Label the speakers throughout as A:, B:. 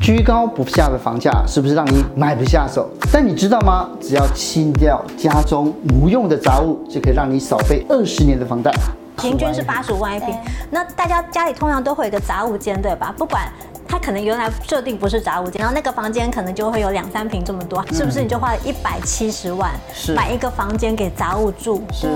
A: 居高不下的房价是不是让你买不下手？但你知道吗？只要清掉家中无用的杂物，就可以让你少背二十年的房贷。
B: 平均是八十五万一平。那大家家里通常都会有一个杂物间，对吧？不管它可能原来设定不是杂物间，然后那个房间可能就会有两三平这么多，是不是？你就花了一百七十万
A: 嗯是
B: 买一个房间给杂物住。
A: 是。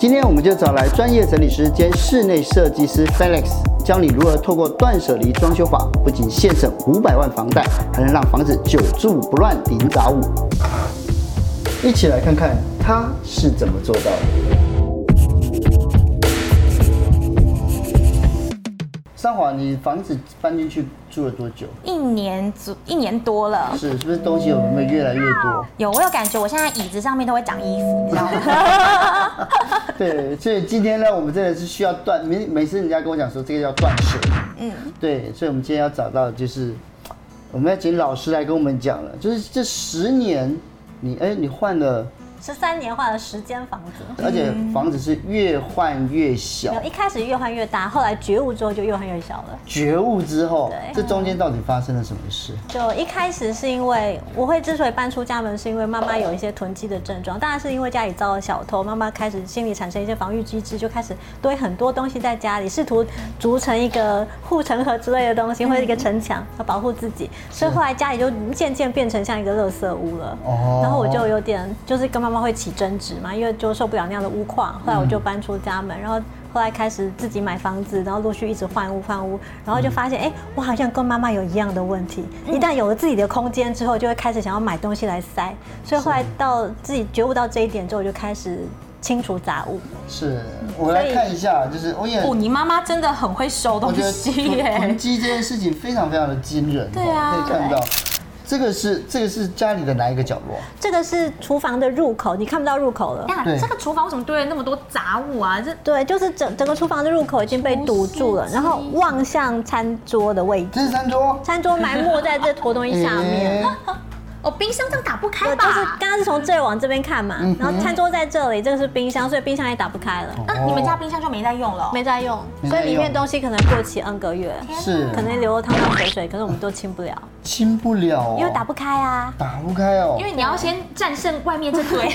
A: 今天我们就找来专业整理师兼室内设计师 Felix，教你如何透过断舍离装修法，不仅现省五百万房贷，还能让房子久住不乱零杂物。一起来看看他是怎么做到的。三华，你房子搬进去住了多久？
C: 一年左一年多了。
A: 是是不是东西有没有越来越多？
C: 有，我有感觉，我现在椅子上面都会长衣服，你知道吗？
A: 对，所以今天呢，我们真的是需要断，每每次人家跟我讲说这个叫断舍，嗯，对，所以我们今天要找到的就是，我们要请老师来跟我们讲了，就是这十年，你哎、你换了，
B: 十三年换了十间房子，
A: 而且房子是越换越小
B: 没嗯有，一开始越换越大，后来觉悟之后就越换越小了。
A: 觉悟之后，
B: 对
A: 这中间到底发生了什么事？
B: 就一开始是因为我会之所以搬出家门，是因为妈妈有一些囤积的症状，当然是因为家里遭了小偷，妈妈开始心里产生一些防御机制，就开始堆很多东西在家里，试图筑成一个护城河之类的东西，或者一个城墙，要保护自己。所以后来家里就渐渐变成像一个垃圾屋了。
A: 哦
B: 然后我就有点就是跟妈妈会起争执嘛，因为就受不了那样的屋况，后来我就搬出家门，然后。后来开始自己买房子，然后陆续一直换屋换屋，然后就发现，哎、我好像跟妈妈有一样的问题。一旦有了自己的空间之后，就会开始想要买东西来塞。所以后来到自己觉悟到这一点之后，我就开始清除杂物。
A: 是
B: 嗯
A: 我来看一下，就是我也
C: 哦，你妈妈真的很会收
A: 我
C: 东
A: 觉得
C: 西
A: 囤囤
C: 耶。
A: 积这件事情非常非常的惊人，哦
C: 对啊
A: 可以看到，这个是这个是家里的哪一个角落？
B: 这个是厨房的入口，你看不到入口 了。
C: 那
A: 对
C: 哎这个厨房为什么堆了那么多杂物啊？这
B: 对，就是整整个厨房的入口已经被堵住了，然后望向餐桌的位置，
A: 这是餐桌。哎
B: 餐桌埋没在这坨东西啊下面。
A: 诶
C: 哦，冰箱这样打不开
B: 对，就是
C: 吧？
B: 刚刚是从这里往这边看嘛，
A: 嗯
B: 然后餐桌在这里，这个是冰箱，所以冰箱也打不开
A: 哦
B: 了，
C: 那你们家冰箱就没在用了哦？
B: 没在用，
A: 没在
B: 所
A: 用
B: 以里面东西可能过期 n 个月，
A: 是
B: 可能流了汤汤水水，可是我们都清不了，
A: 清不了、哦，
B: 因为打不开啊。
A: 打不开哦。
C: 因为你要先战胜外 面这堆。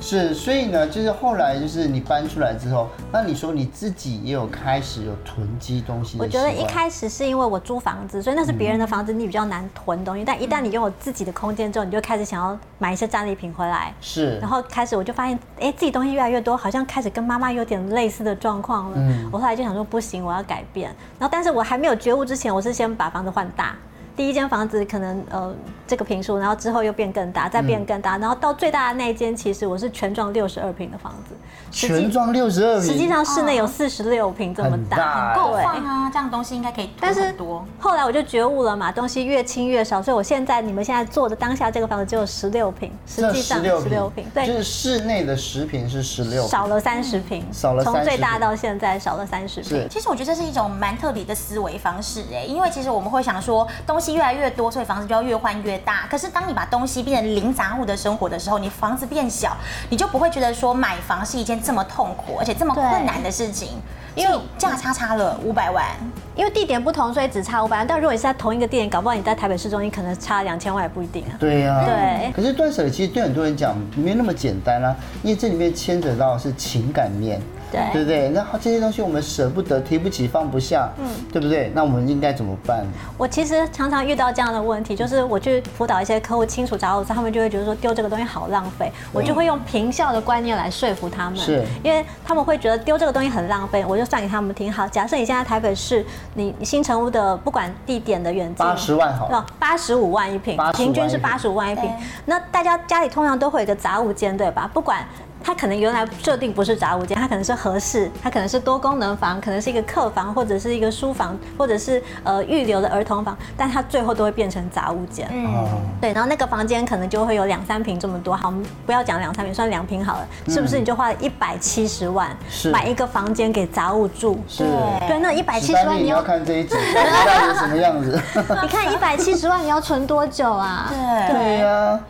A: 是，所以呢，就是后来就是你搬出来之后，那你说你自己也有开始有囤积东西的
B: 我
A: 习
B: 觉
A: 惯，嗯
B: 得一开始是因为我租房子，所以那是别人的房子，你比较难囤东西。但一旦你拥有自己的空间之后，你就开始想要买一些战利品回来。
A: 是
B: 然后开始我就发现，哎，自己东西越来越多，好像开始跟妈妈有点类似的状况了。
A: 嗯
B: 我后来就想说，不行，我要改变。然后，但是我还没有觉悟之前，我是先把房子换大。第一间房子可能呃这个平数，然后之后又变更大，再
A: 嗯
B: 变更大，然后到最大的那一间，其实我是全幢六十二平的房子，实
A: 全
B: 际
A: 幢六十二平，
B: 实际上室内有四十六平这么
A: 很大
B: 大，
A: 哎
C: 哦够
B: 对
C: 放啊，这样东西应该可以囤
B: 但是
C: 很多。
B: 后来我就觉悟了嘛，东西越轻越少，所以我现在你们现在做的当下这个房子只有十六平，实
A: 这
B: 际
A: 16
B: 上16平，
A: 就
B: 对，
A: 是室内的十平是十六，
B: 少了三十平，
A: 少了
B: 从
A: 30
B: 最
A: 平
B: 大到现在少了三十平
A: 是，
C: 其实我觉得这是一种蛮特别的思维方式哎，因为其实我们会想说东西越来越多，所以房子就要越换越大。可是当你把东西变成零杂物的生活的时候，你房子变小，你就不会觉得说买房是一件这么痛苦而且这么
B: 对
C: 困难的事情，因为价差差了五百万。
B: 因为地点不同，所以只差五百万。但如果你是在同一个地点，搞不好你在台北市中心可能差两千万也不一定啊。
A: 对呀、
B: 对
A: 可是断舍离其实对很多人讲没那么简单啦、因为这里面牵扯到是情感面，
B: 对
A: 对不对？那这些东西我们舍不得、提不起、放不下，嗯，对不对？那我们应该怎么办？
B: 我其实常常遇到这样的问题，就是我去辅导一些客户清除杂物的时候，他们就会觉得说丢这个东西好浪费，我就会用平效的观念来说服他们，
A: 嗯是
B: 因为他们会觉得丢这个东西很浪费，我就算给他们听。好，假设你现在台北市，你新城屋的不管地点的远近，
A: 80万好了
B: 哦，八十五万一平
A: 85万一，平
B: 平均是八十五万一平
C: 对。
B: 那大家家里通常都会有一个杂物间，对吧？不管。它可能原来设定不是杂物间，它可能是合适，它可能是多功能房，可能是一个客房，或者是一个书房，或者是呃预留的儿童房，但它最后都会变成杂物间。
A: 哦
B: 对，然后那个房间可能就会有两三平这么多，好，我们不要讲两三平，算两平好了，是不是？你就花了一百七十万
A: 嗯是
B: 买一个房间给杂物住，
A: 是。
B: 对，那一百
A: 史
B: 七十
A: 丹利
B: 万
A: 你
B: 你
A: 要
B: 要，
A: 看这一集，不知道是什么样 子。
B: 你看一百七十万你要存多久啊？
C: 对
A: 对呀、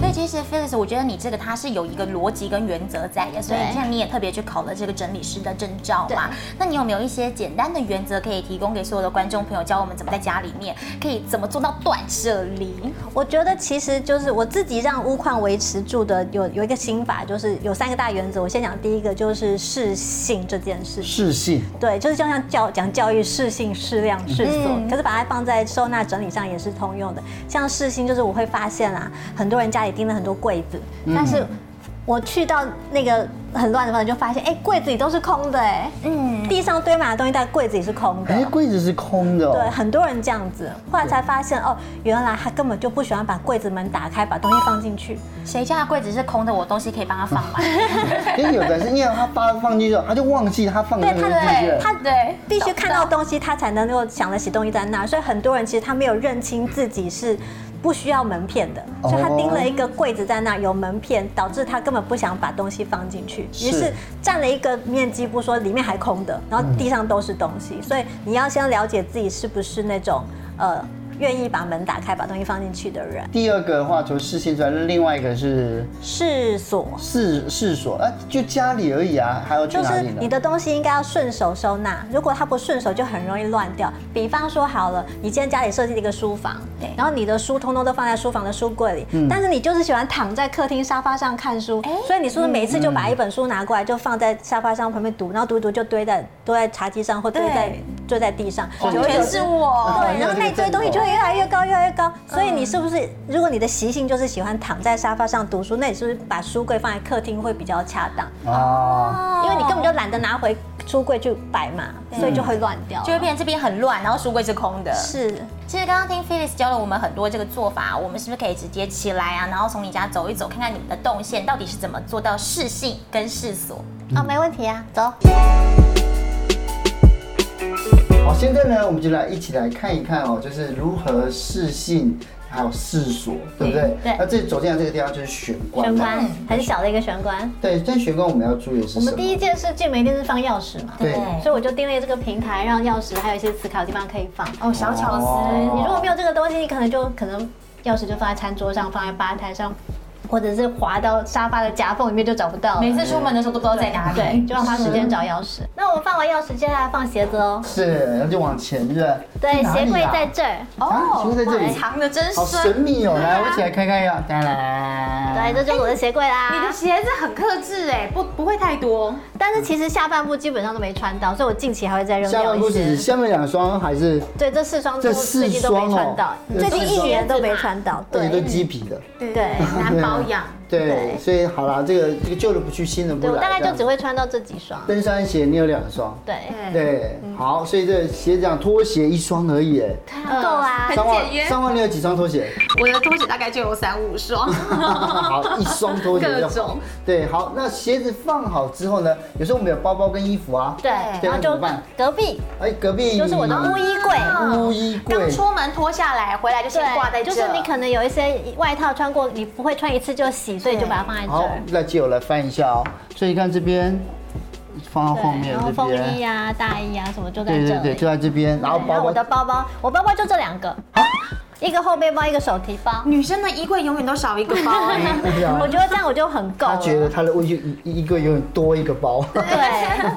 C: 所以其实 Felix 实我觉得你这个它是有一个逻辑跟原则在的，所以
D: 对
C: 像你也特别去考了这个整理师的证照嘛。那你有没有一些简单的原则可以提供给所有的观众朋友，教我们怎么在家里面可以怎么做到断舍离？
B: 我觉得其实就是我自己让屋况维持住的有有一个心法，就是有三个大原则。我先讲第一个，就是适性这件事情。
A: 适性，
B: 对，就是就像教讲教育适性、适量、适所，可是把它放在收纳整理上也是通用的。像适性，就是我会发现啊，很多人家里钉了很多柜子，但是我去到那个很乱的地方，就发现哎、柜子里都是空的哎、
C: 嗯，
B: 地上堆满的东西，但柜子里是空的。
A: 哎，柜子是空的
B: 对，
A: 哦，
B: 很多人这样子，后来才发现哦，原来他根本就不喜欢把柜子门打开，把东西放进去。
C: 谁家的柜子是空的，我东西可以帮他放 满。
A: 因为哎有的是因为他放放进去，他就忘记他放那个
B: 对
A: 进
B: 他
A: 去
B: 对
A: 了。
B: 他
C: 对
B: 必须看到东西，他才能够想得起东西在那。所以很多人其实他没有认清自己是不需要门片的，
A: 哦
B: 所以他钉了一个柜子在那有门片，导致他根本不想把东西放进去，
A: 是
B: 于是占了一个面积不说，里面还空的，然后地上都是东西。所以你要先了解自己是不是那种呃愿意把门打开把东西放进去的人。
A: 第二个的话，除了视线之外，另外一个是
B: 是所
A: 视视所，啊，就家里而已啊，还要去
B: 就是
A: 哪里呢？
B: 你的东西应该要顺手收纳，如果它不顺手，就很容易乱掉。比方说好了，你今天家里设计了一个书房，
C: 对嗯
B: 然后你的书通通都放在书房的书柜里，但是你就是喜欢躺在客厅沙发上看书，
C: 哎
B: 所以你是不是每一次就把一本书拿过来，就放在沙发上旁边读，然后读一读就堆在堆在茶几上或堆在
C: 对
B: 堆在地上，
A: 哦
B: 久而久
C: 全
B: 之
C: 是我，
B: 对，然后那一堆东西就会越来越高，越来越高。所以
C: 嗯
B: 你是不是，如果你的习性就是喜欢躺在沙发上读书，那你是不是把书柜放在客厅会比较恰当？
A: 啊，
B: 因为你根本就懒得拿回书柜去摆嘛，所以就会乱掉，
C: 就会变成这边很乱，然后书柜是空的。
B: 是
C: 其实刚刚听 Felix 教了我们很多这个做法，我们是不是可以直接起来啊？然后从你家走一走，看看你们的动线到底是怎么做到适性跟适所。
D: 哦，没问题啊，走。
A: 好，现在呢，我们就来一起来看一看哦，就是如何视性还有视所，对不对？
B: 对
A: 那这走进来这个地方就是玄关。
B: 玄关。，很小的一个玄关。
A: 对，但玄关我们要注意的是
B: 我
A: 什么？
B: 们第一件事进门一定是放钥匙嘛，
A: 对，
B: 所以我就定了这个平台，让钥匙还有一些磁卡的地方可以放。
C: 哦，小巧思，
B: 你如果没有这个东西，你可能就可能钥匙就放在餐桌上，放在吧台上，或者是滑到沙发的夹缝里面就找不到了。
C: 每次出门的时候都不知道在哪里。嗯
B: 对，就要花时间找钥匙。那我们放完钥匙，接下来放鞋子哦。
A: 是，然后就往前是不是？
B: 对，
A: 哪
B: 鞋
A: 里
B: 柜
A: 啊
B: 在这儿。
A: 啊，
C: 哦
A: 鞋柜在这
C: 哇
A: 里，
C: 藏的真
A: 好神
C: 深。
A: 秘哦！来，我一起来看看呀，当然，
B: 对，这就是我的鞋柜啦。
D: 你的
C: 鞋子很克制哎，不不会太多。
B: 但是其实下半部基本上都没穿到，所以我近期还会再扔
A: 嗯下
B: 掉
A: 半部
B: 一
A: 其实
B: 些。
A: 下面两双还是
B: 对，这四双都
A: 这四
B: 最近都没
A: 双哦
B: 穿到，
A: 对
B: 最近
A: 四
B: 一
A: 双
B: 年都没穿到。
A: 也都
B: 对，嗯
A: 鸡皮的，
C: 对
B: 对
C: 难保养。
A: 对，
B: 对
A: 所以好啦，这个这个旧的不去，新的不
B: 对
A: 来。
B: 我大概
A: 这
B: 就
A: 样
B: 只会穿到这几双。
A: 登山鞋，你有两双，
B: 对，嗯
A: 对，好，所以这鞋这样拖鞋一双而已，哎，
B: 够
C: 啊
B: 啦。
A: 三
D: 简
A: 万
D: 约
A: 三万你有几双拖 鞋？
D: 我的拖鞋大概就有三五哦双。
A: 好，一双拖鞋就
D: 各
A: 好
D: 种。
A: 对，好，那鞋子放好之后呢，有时候我们有包包跟衣服啊，
B: 对，
A: 对
B: 然
A: 那
B: 后
A: 怎么
B: 就
A: 办
B: 隔壁
A: 哎，隔壁
B: 就是我的
A: 乌
B: 乌衣啊柜。嗯
A: 乌衣柜
C: 刚，出门脱下来，回来就嗯先挂在
B: 对，就
C: 这。
B: 是你可能有一些外套穿过，你不会穿一次就洗，所以就把它放在这
A: 好
B: 儿。，
A: 那借我来翻一下哦。所以你看这边放到后
B: 对，
A: 面
B: 然后
A: 这
B: 风衣
A: 边，
B: 啊、大衣啊什么就在
A: 对
B: 这
A: 对对，
B: 里
A: 就。在这边，然后
B: 然后
A: 包
B: 我的
A: 包。
B: 包包，我包包就这两个，一个后背包，一个手提包。
D: 女生的衣柜永远都少一个包哎。
A: 不知道
B: 我觉得这样我就很够
A: 啊他
B: 了。
A: 觉得他的衣衣衣柜永远多一个包。
B: 对，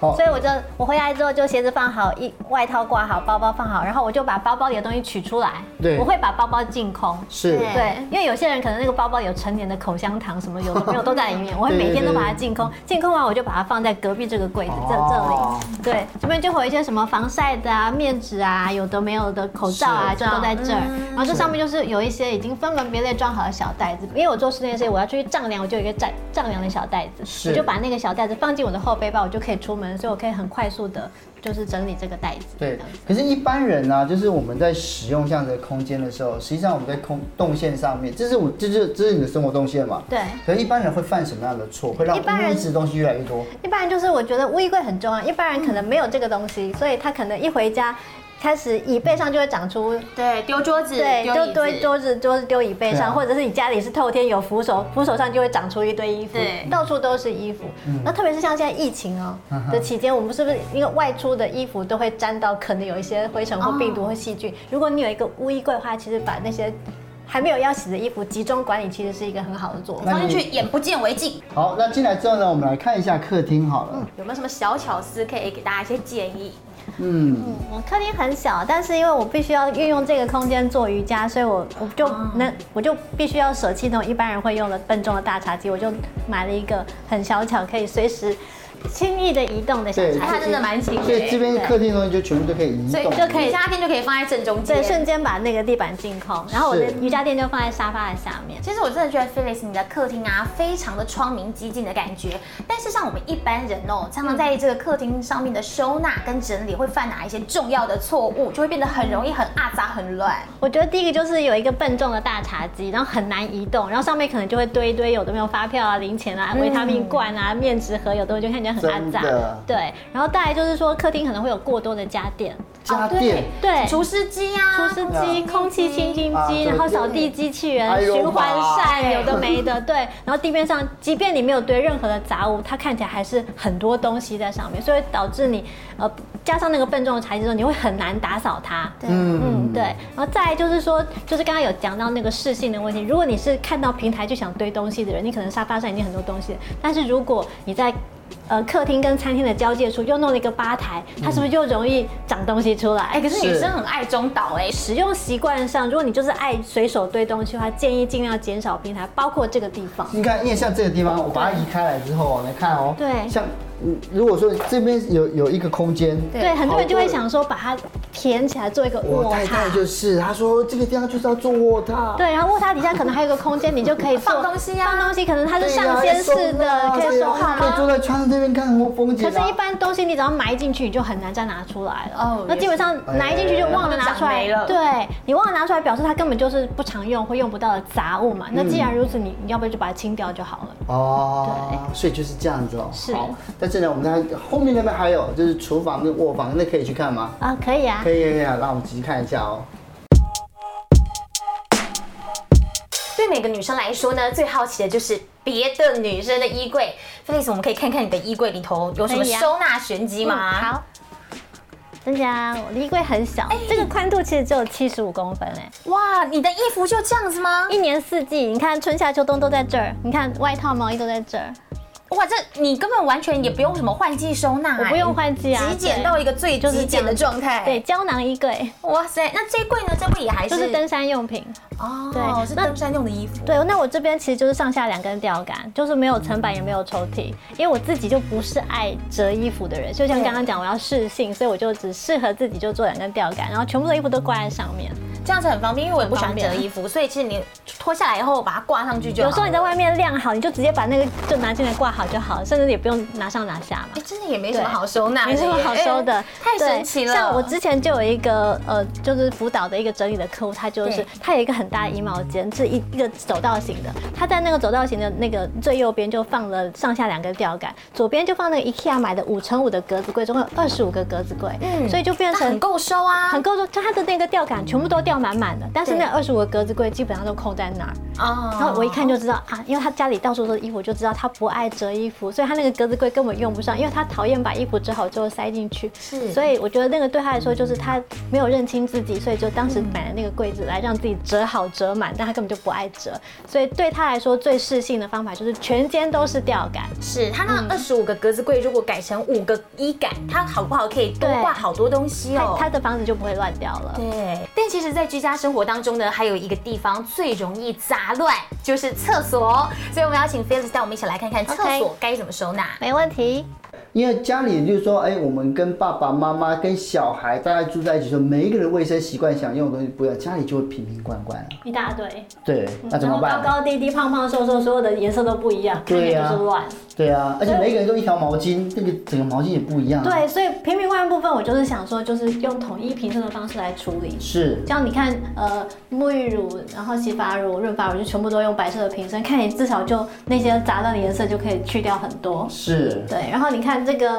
A: 好
B: 所以我就我回来之后就鞋子放好，一外套挂好，包包放好，然后我就把包包里的东西取出来。
A: 对
B: 我会把包包净空。
A: 是，
D: 对
B: 对，因为有些人可能那个包包有成年的口香糖什么有的没有都在里面，我会
A: 对
B: 每天都
A: 对
B: 把它净空，净空完我就把它放在隔壁这个柜子这
A: 哦
B: 这里，对，这边就会有一些什么防晒的啊、面纸啊，有的没有的口罩啊，
A: 是
B: 就都在这儿。
A: 嗯
B: 然后这上面就是有一些已经分门别类装好的小袋子，因为我做室内设计，我要出去丈量，我就有一个丈丈量的小袋
A: 是
B: 子，我就把那个小袋子放进我的后背包，我就可以出门，所以我可以很快速的，就是整理这个袋子。
A: 对，可是，一般人呢、就是我们在使用这样的空间的时候，实际上我们在空动线上面，这是我，这就是这是你的生活动线嘛？
B: 对。
A: 可是一般人会犯什么样的错，会让
B: 一般人
A: 屋子东西越来越多？
B: 一般人就是我觉得衣柜很重要，一般人可能没有这个东
D: 嗯
B: 西，所以他可能一回家，开始椅背上就会长出。
D: 对，丢桌子，
B: 对，
D: 嗯丢
B: 就
D: 桌
B: 堆
D: 子。
B: 桌子，桌子丢椅背
A: 对啊
B: 上，或者是你家里是透天有扶手，扶手上就会长出一堆衣服
D: 对，
B: 到处都是衣服。
A: 嗯
B: 那特别是像现在疫情哦的期间，我们是不是因为外出的衣服都会
A: 哦
B: 沾到可能有一些灰尘或病毒或细菌？如果你有一个污衣柜的话，其实把那些还没有要洗的衣服集中管理，其实是一个很好的做法。
C: 放进去眼不见为净。
A: 好，那进来之后呢，我们来看一下客厅好了。
D: 有没有什么小巧思可以给大家一些建议？
A: 嗯，
B: 我客厅很小，但是因为我必须要运用这个空间做瑜伽，所以我我就
D: 啊
B: 能、我就必须要舍弃那种一般人会用的笨重的大茶几，我就买了一个很小巧，可以随时轻易的移动的小
A: 对
B: 茶几，
D: 它真的蛮轻
A: 所以这
D: 的，
A: 边客厅的东西就全部都可以移
D: 所以
A: 动。
D: 就
B: 哦
D: 可以瑜伽垫就可以放在正中间。
B: 对，瞬间把那个地板净空，然后我的
A: 是
B: 瑜伽垫就放在沙发的下面。
C: 其实我真的觉得 Felix 你的客厅啊，非常的窗明几净的感觉。但是像我们一般人哦，常常在这个客厅上面的收纳跟整理，会犯哪一些重要的错误，就会变得很容易很阿杂很乱。
B: 我觉得第一个就是有一个笨重的大茶几，然后很难移动，然后上面可能就会堆一堆有的没有发票啊、零钱
D: 嗯
B: 啊、维他命罐啊、面纸盒，有的我就看起来很肮脏
A: 真的。
B: 对，然后再来就是说客厅可能会有过多的家电，
A: 家
C: 哦
A: 电，
B: 对，
C: 除湿机啊，
B: 除湿机、空气清新
A: 啊
B: 机，
A: 对
B: 然后扫地机器
A: 哎
B: 人、
A: 呦
B: 循环扇，
A: 妈
B: 有的没 的，对。然后地面上，即便你没有堆任何的杂物，它看起来还是很多东西在上面，所以导致你呃加上那个笨重的茶几之后，你会很难打扫它。对。嗯，对，，然后再来就是说，就是刚刚有讲到那个视性的问题。如果你是看到平台就想堆东西的人，你可能沙发上已经很多东西了，但是如果你在呃客厅跟餐厅的交界处又弄了一个吧台，它是不是就容易长东西出来？
C: 哎、可是女
A: 是
C: 生很爱中岛哎、
B: 使用习惯上，如果你就是爱随手堆东西的话，建议尽量减少平台，包括这个地方。
A: 你看，因为像这个地方，我把它移开来之后，来看哦。
B: 对
A: 像嗯如果说这边有有一个空间，
B: 对，很多人就会想说把它填起来做一个
A: 我
B: 卧
A: 太
B: 榻
A: 太，就是，她说这个地方就是要做卧榻。
B: 对，然后卧榻底下可能还有一个空间，你就可以做
C: 放东西啊
B: 放东西可能它是
A: 对呀，
B: 上掀式的，可以
A: 收纳啊对啊
B: 收纳
A: 可以坐
B: 吗？
A: 在窗这边看风景
B: 可
A: 啊。
B: 是，一般东西你只要埋进去，你就很难再拿出来
C: 哦
B: 了。那基本上
A: 是
B: 埋进去就忘了拿出来
C: 哎就长霉了
B: 对你忘了拿出来，表示它根本就是不常用或用不到的杂物嘛。那既然如此，你你要不要就把它清掉就好了？
A: 哦，所以就是这样子哦。
B: 是
A: 好，但是呢，我们看后面那边还有就是厨房跟卧房，那可以去看吗？
B: 啊，可以啊
A: 可。以可以，可以让我们仔细看一下哦。
C: 对每个女生来说呢，最好奇的就是别的女生的衣柜。Felix，我们可以看看你的衣柜里头有什么
B: 可以啊
C: 收纳玄机吗？
B: 嗯好。真的啊，我的衣柜很小，
C: 哎
B: 这个宽度其实只有七十五公分哎、
C: 哇，你的衣服就这样子吗？
B: 一年四季，你看春夏秋冬都在这儿，你看外套、毛衣都在这儿，
C: 哇，这你根本完全也不用什么换季收纳、
B: 我
C: 哎
B: 不用换季啊，
C: 极简
B: 对
C: 到一个最
B: 就是
C: 极简的
B: 这样
C: 状态。
B: 对，胶囊衣柜
C: 哇塞，那这一柜呢？这柜也还是
B: 就是登山用品。
C: 哦，
B: 对
C: 是
B: 那
C: 登山用的衣服。
B: 对，那我这边其实就是上下两根吊杆，就是没有层板也没有抽屉，因为我自己就不是爱折衣服的人，就像刚刚讲我要试性，所以我就只适合自己就做两根吊杆，然后全部的衣服都挂在上面。
C: 这样子很方便，因为我也不喜欢
B: 方便
C: 折衣服，所以其实你脱下来以后把它挂上去就好。
B: 有时候你在，外面晾好，你就直接把那个就拿进来挂好就好，甚至也不用拿上拿下
C: 哎，
B: 嘛。
C: 真的也没什么
B: 对
C: 好收纳的
B: 没
C: 耶，
B: 什么好收的
C: 哎， 太
B: 对
C: 神奇了。
B: 像我之前就有一个呃，就是辅导的一个整理的客户，他就是
C: 对
B: 他有一个很大的衣帽间，是一一个走道型的。他在那个走道型的那个最右边就放了上下两根吊杆，左边就放那个 IKEA 买的五乘五的格子柜，总共有二十五个格子柜，
C: 嗯
B: 所以就变
C: 那
B: 成
C: 很够收啊，
B: 很够说，就它的那个吊杆全部都吊满满的，但是
C: 对
B: 那二十五个格子柜基本上都空在那儿。
C: 啊
B: 然后我一看就
A: 哦
B: 知道啊，因为他家里到处都是衣服，就知道他不爱折衣服，所以他那个格子柜根本用不上，因为他讨厌把衣服折好之后塞进去。
C: 是
B: 所以我觉得那个对他来说就是他没有认清自己，所以就当时
A: 嗯
B: 买了那个柜子来让自己折好折满，但他根本就不爱折，所以对他来说最适性的方法就是全间都是吊杆。
C: 是它
B: 嗯
C: 那二十五个格子柜，如果改成五个衣杆，它好不好可以多
B: 对
C: 挂好多东西
B: 他
C: 哦。
B: 他的房子就不会乱掉了。
C: 对，但其实，在居家生活当中呢，还有一个地方最容易杂乱，就是厕所。所以我们要请 Felix 带我们一起来看看
B: OK
C: 厕所该怎么收纳。
B: 没问题，
A: 因为家里就是说，哎，我们跟爸爸妈妈、跟小孩大家住在一起的时候，每一个人卫生习惯、想用的东西不一样，家里就会瓶瓶罐罐了。
B: 一大堆，
A: 对，
B: 嗯
A: 那怎么
B: 然后
A: 办？
B: 高高低低、胖胖瘦瘦，所有的颜色都不一样，看
A: 对
B: 起来
A: 呀
B: 就是乱。
A: 对啊，而且每一个人都一条毛巾，那个整个毛巾也不一样。，啊
B: 对，所以平民罐部分，我就是想说，就是用统一平顺的方式来处理。
A: 是
B: 像你看，呃，沐浴乳，然后洗发乳、润发乳，就全部都用白色的瓶身，看你至少就那些杂乱的颜色就可以去掉很多。
A: 是，
B: 对，然后你看这个，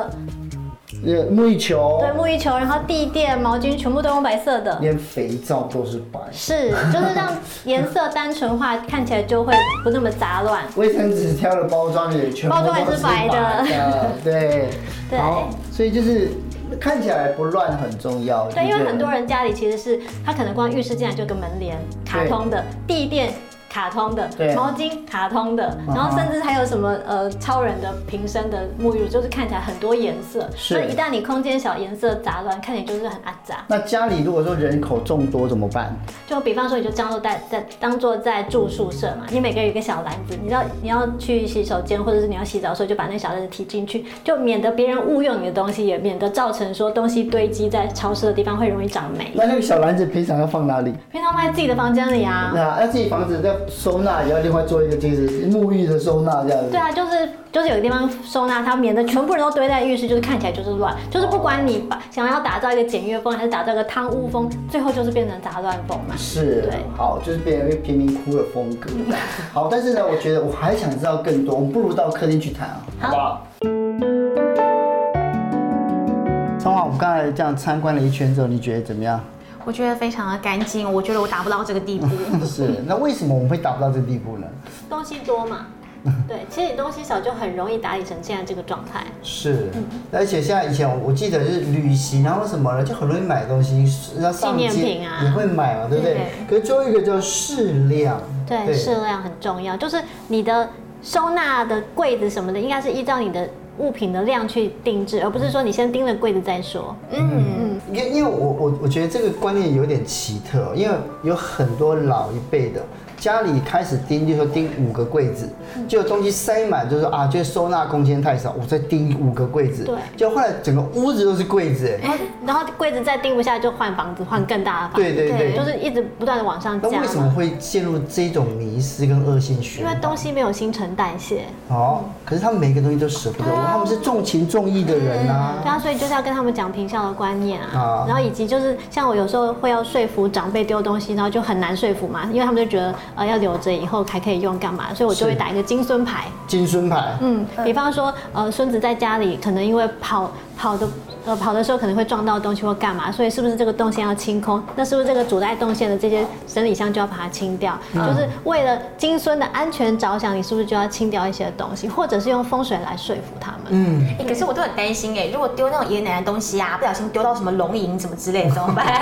A: 呃，沐浴球
B: 对，，沐浴球，然后地垫、毛巾全部都用白色 的，
A: 连肥皂都是白，
B: 是，就是让颜色单纯化，看起来就会不那么杂乱。
A: 卫生纸挑的包装也全部
B: 包装也
A: 都
B: 是白 的
A: 白的，对。
B: 对
A: 好，所以就是看起来不乱很重要。
B: 对，因为很多
A: 人
B: 人家里其实是他可能光浴室进来就有个门帘，卡通的地垫。卡通的
A: 对
B: 毛巾，卡通的，
A: 嗯哼
B: 然后甚至还有什么呃超人的瓶身的沐浴乳，就是看起来很多颜色。
A: 是
B: 所以一旦你空间小，颜色杂乱，看起来就是很阿杂。
A: 那家里如果说人口众多怎么办？
B: 就比方说，你就当做在在当做在住宿舍嘛，你每个人有一个小篮子，你要你要去洗手间或者是你要洗澡的时候，就把那小篮子提进去，就免得别人误用你的东西，也免得造成说东西堆积在超市的地方会容易长霉。
A: 那那个小篮子平常要放哪里？
B: 平常放在自己的房间里啊。
A: 那那自己房子要收纳也要另外做一个，就是沐浴的收纳这样子。
B: 对啊，就是就是有个地方收纳它，免得全部人都堆在浴室，就是看起来就是乱。就是不管你把想要打造一个简约风，还是打造一个汤屋风，最后就是变成杂乱风嘛。
A: 是，
B: 对
A: 好，就是变成一个贫民窟的风 格。好，但是呢，我觉得我还想知道更多，我们不如到客厅去谈啊，好不好？张华，我们刚才这样参观了一圈之后，你觉得怎么 样？
C: 我觉得非常的干净，我觉得我达不到这个地 步。
A: 是，那为什么我们会达不到这个地步呢？
B: 东西多嘛，对，其实你东西少就很容易打理成现在这个状态。
A: 是，
B: 嗯
A: 而且现在以前我我记得就是旅行啊或什么的，就很容易买东西，那上街
B: 纪念品啊
A: 也会买嘛，对不对？可是最后一个叫适量，
B: 对，适量很重要，就是你的收纳的柜子什么的，应该是依照你的物品的量去定制，而不是说你先盯了柜子再说。
C: 嗯，
A: 因因为我我我觉得这个观念有点奇特，因为有很多老一辈的家里开始盯，就说盯五个柜子，
B: 嗯
A: 就东西塞满，就说啊，就是收纳空间太少，我再盯五个柜子，
B: 对
A: 就后来整个屋子都是柜子，哎，
B: 然后，然后柜子再盯不下，就换房子，换更大的房子。
A: 对对对
B: 就是一直不断的往上
A: 那
B: 加
A: 为什么
B: 嘛。
A: 会陷入这种迷失跟恶性循
B: 因
A: 环？
B: 为东西没有新陈代谢，
A: 哦，可是他们每个东西都舍
B: 啊
A: 不得，他们是重情重义的人呐、
B: 对啊，所以就是要跟他们讲平效的观念
A: 啊
B: 啊，然后以及就是像我有时候会要说服长辈丢东西，然后就很难说服嘛，因为他们就觉得呃要留着以后还可以用干嘛，所以我就会
A: 是
B: 打一个金孙牌，
A: 金孙牌，
B: 嗯，比方说，呃，孙子在家里可能因为跑跑的，呃，跑的时候可能会撞到东西或干嘛，所以是不是这个动线要清空？那是不是这个阻碍动线的这些整理箱就要把它清掉？
A: 嗯
B: 就是为了金孙的安全着想，你是不是就要清掉一些东西，或者是用风水来说服他们？
A: 嗯，
C: 哎可是我都很担心哎，如果丢那种爷爷奶奶的东西啊，不小心丢到什么龙吟什么之类的怎 么办？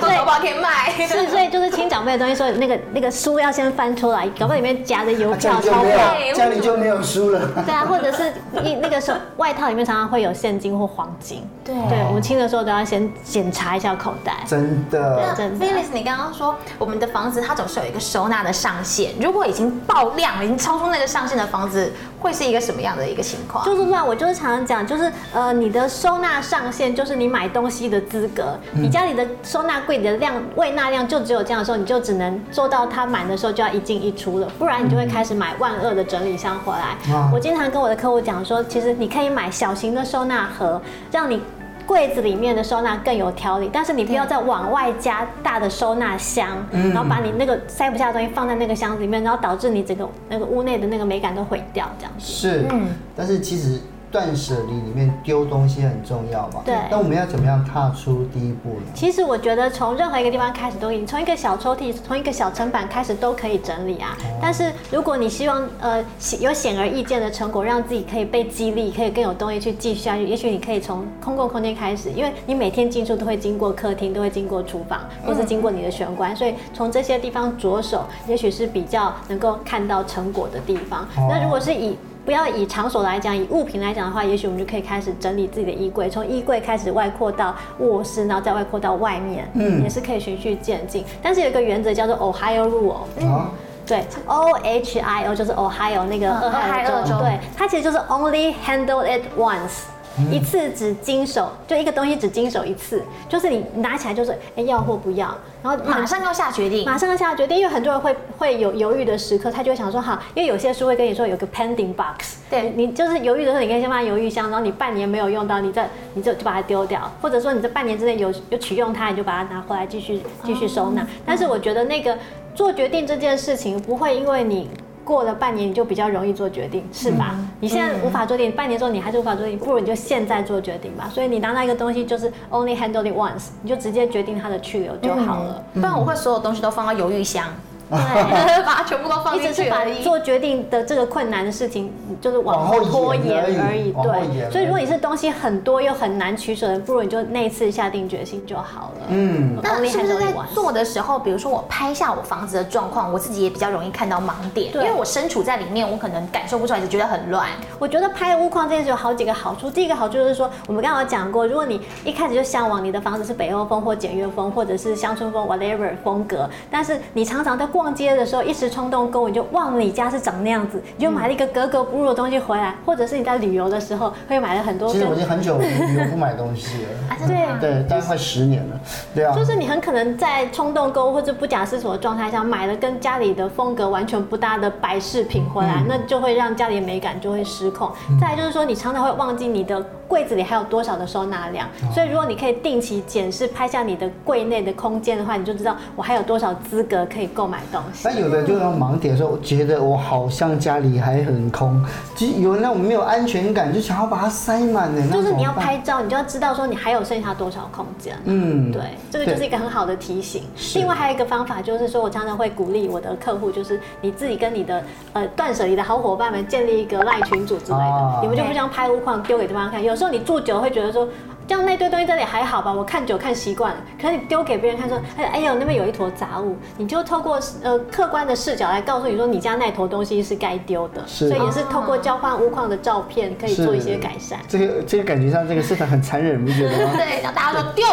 B: 对
C: 搞不好可以卖。
B: 是，所以就是清长辈的东西，所以那个那个书要先翻出来，搞不好里面夹着 邮
A: 那啊家
B: 票、
A: 里就
B: 钞
A: 没
B: 票。
A: 有，家里就没有书了。
B: 对啊，或者是一那个手外套里面常常会有现金或黄金。
C: 对
B: 对，我们清的时候都要先检查一下口袋。
A: 真的
C: 那
B: 真的
C: Phyllis，你刚刚说我们的房子它总是有一个收纳的上限，如果已经爆量，已经超出那个上限的房子，会是一个什么样的一个情况？
B: 就是乱，我就是常常讲，就是呃，你的收纳上限就是你买东西的资格，你家里的收纳柜的量、喂纳量就只有这样的时候，你就只能做到它满的时候就要一进一出了，不然你就会开始买万恶的整理箱回来。
A: 哇
B: 我经常跟我的客户讲说，其实你可以买小型的收纳盒，让你。柜子里面的收纳更有条理，但是你不要再往外加大的收纳箱，然后把你那个塞不下的东西放在那个箱子里面，然后导致你整个那个屋内的那个美感都毁掉，这样子。
A: 是，
B: 嗯
A: 但是其实断舍离里面丢东西很重要嘛。
B: 对
A: 那我们要怎么样踏出第一步呢？
B: 其实我觉得从任何一个地方开始都可以，你从一个小抽屉、从一个小层板开始都可以整理啊。但是如果你希望呃显有显而易见的成果，让自己可以被激励，可以更有动力去继续下去，也许你可以从公共空间开始，因为你每天进出都会经过客厅，都会经过厨房，或是经过你的玄关，所以从这些地方着手，也许是比较能够看到成果的地方
A: 哦。
B: 那如果是以不要以场所来讲，以物品来讲的话，也许我们就可以开始整理自己的衣柜，从衣柜开始外扩到卧室，然后再外扩到外面，
A: 嗯
B: 嗯，也是可以循序渐进。但是有一个原则叫做 Ohio Rule，
A: 啊，
B: 对，O H I O 就是 Ohio 那个俄亥
C: 俄亥
B: 俄
C: 俄
B: 州，
C: 州
B: 对，它其实就是 Only handle it once。一次只经手，就一个东西只经手一次，就是你拿起来就是哎、要或不要，然后
C: 马上要下决定，
B: 马上要下决定，因为很多人会会有犹豫的时刻，他就会想说好，因为有些书会跟你说有个 pending box，
C: 对
B: 你你就是犹豫的时候，你可以先放在犹豫箱，然后你半年没有用到，你再你就就把它丢掉，或者说你这半年之内有有取用它，你就把它拿回来继续继续收纳。但是我觉得那个做决定这件事情，不会因为你。过了半年你就比较容易做决定，是吧？你现在无法做决定，半年之后你还是无法做决定，不如你就现在做决定吧。所以你拿到一个东西就是哦 only
C: 嗯
B: handle it once，你就直接决定它的去留就好了。嗯
C: 不然我会所有东西都放到犹豫箱。
B: 对。
D: 把它全部都放
B: 你
D: 进
B: 只
D: 去
B: 是把
D: 而已。
B: 做决定的这个困难的事情，就是往
A: 往后
B: 拖延
A: 延而已
B: 而已。
A: 往后延而已
B: 对，所以如果你是东西很多又很难取舍的，不如你就那一次下定决心就好了。
A: 嗯
B: 我
C: 那
B: only
C: 是不是
B: handle
C: 在
B: it once
C: 做的时候，比如说我拍下我房子的状况，我自己也比较容易看到盲点，因
B: 对
C: 为我身处在里面，我可能感受不出来，只觉得很乱。
B: 我觉得拍屋况这件事有好几个好处。第一个好处就是说，我们刚刚有讲过，如果你一开始就向往你的房子是北欧风或简约风，或者是乡村风 whatever 风格，但是你常常在逛街的时候一时冲动购物，你就忘了你家是长那样子，你就买了一个格格不入的东西回来，或者是你在旅游的时候会买了很多
A: 其实
B: 跟
A: 我
B: 啊
A: 已经很久旅游不买东西 了，
B: 对。
A: 对，大概快十年了，对啊，
B: 就是你很可能在冲动购物或者不假思索的状态下买了跟家里的风格完全不搭的摆饰品回
A: 嗯
B: 来，那就会让家里的美感就会失控。再来就是说，你常常会忘记你的柜子里还有多少的收纳量，
A: 哦
B: 所以如果你可以定期检视拍下你的柜内的空间的话，你就知道我还有多少资格可以购买东西
A: 那。有的就是盲点说，觉得我好像家里还很空，就有那种没有安全感，就想要把它塞满的。那
B: 就是你
A: 怎
B: 要
A: 么办
B: 拍，照，你就要知道说你还有剩下多少空间。
A: 嗯，
B: 对，这个就是一个很好的提醒。
A: 是
B: 另外还有一个方法就是说，我常常会鼓励我的客户，就是你自己跟你的呃断舍离的好伙伴们建立一个赖群组之类的，
A: 啊
B: 你们就互相拍屋框丢给对方看。有时候你住久了会觉得说。这样那堆东西这里还好吧，我看久看习惯了。可是你丢给别人看说，哎哎呦那边有一坨杂物，你就透过呃客观的视角来告诉你说你家那坨东西是该丢的，
A: 是
B: 所以也是透过交换屋框的照片可以做一些改善。
A: 这个这个感觉上，这个市场很残忍，你不觉得 吗？
D: 对，让大家说丢，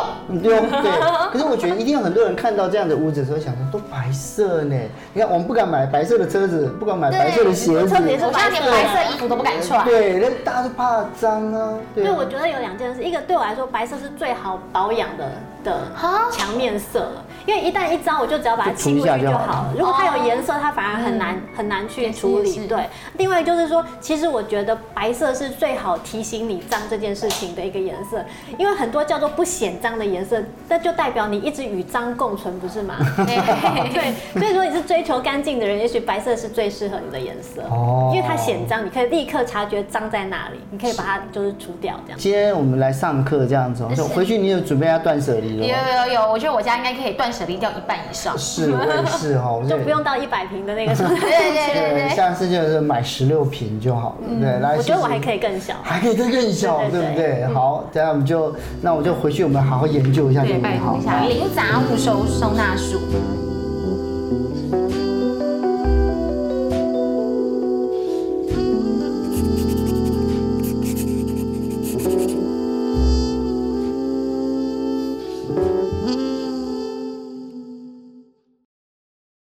A: 对对，可是我觉得一定有很多人看到这样的屋子的时候，想说都白色呢。你看，我们不敢买白色的车子，不敢买白色的鞋子
B: 特，别是
D: 我现在连白色衣服都不敢穿。
A: 对，那大家都怕脏啊。
B: 对，我觉得有两件事，一个对我来说，白色是最好保养的的
D: 啊
B: 墙面色了，因为一旦一脏，我就只要把它
A: 就涂一
B: 清过
A: 下
B: 去就
A: 就
B: 好
A: 好
B: 了。如哦果它有颜色，它反而很难很难去处
D: 也
B: 理。
D: 是
B: 对，另外就是说，其实我觉得白色是最好提醒你脏这件事情的一个颜色，因为很多叫做不显脏的颜色，那就代表你一直与脏共存，不是吗？对， 所以说你是追求干净的人，也许白色是最适合你的颜色，
A: 哦
B: 因为它显脏，你可以立刻察觉脏在哪里，你可以把它就是除掉这样。
A: 今天我们来上课这样子哦，
D: 是
A: 就回去你有准备要断舍离
D: 有
A: 了吗？
D: 有有，我觉得我家应该可以断舍离掉一半以上。
A: 是，我也是哈，我
B: 就
A: 也
B: 不用到一百平的那个 时候。
D: 对对对
A: 对，
D: 对对，
A: 下次就是买十六瓶就好了。对，来，
B: 我觉得我
A: 哎其实
B: 还可以更小。
A: 还可以再更小，
B: 对
A: 对
B: 对
A: 不
B: 对
A: 对？好，等下我们就，那我就回去，我们好好研究一下这
D: 对
A: 个
D: 拜
A: 好
D: 读一
A: 吗。
D: 下
C: 零杂物收收纳术。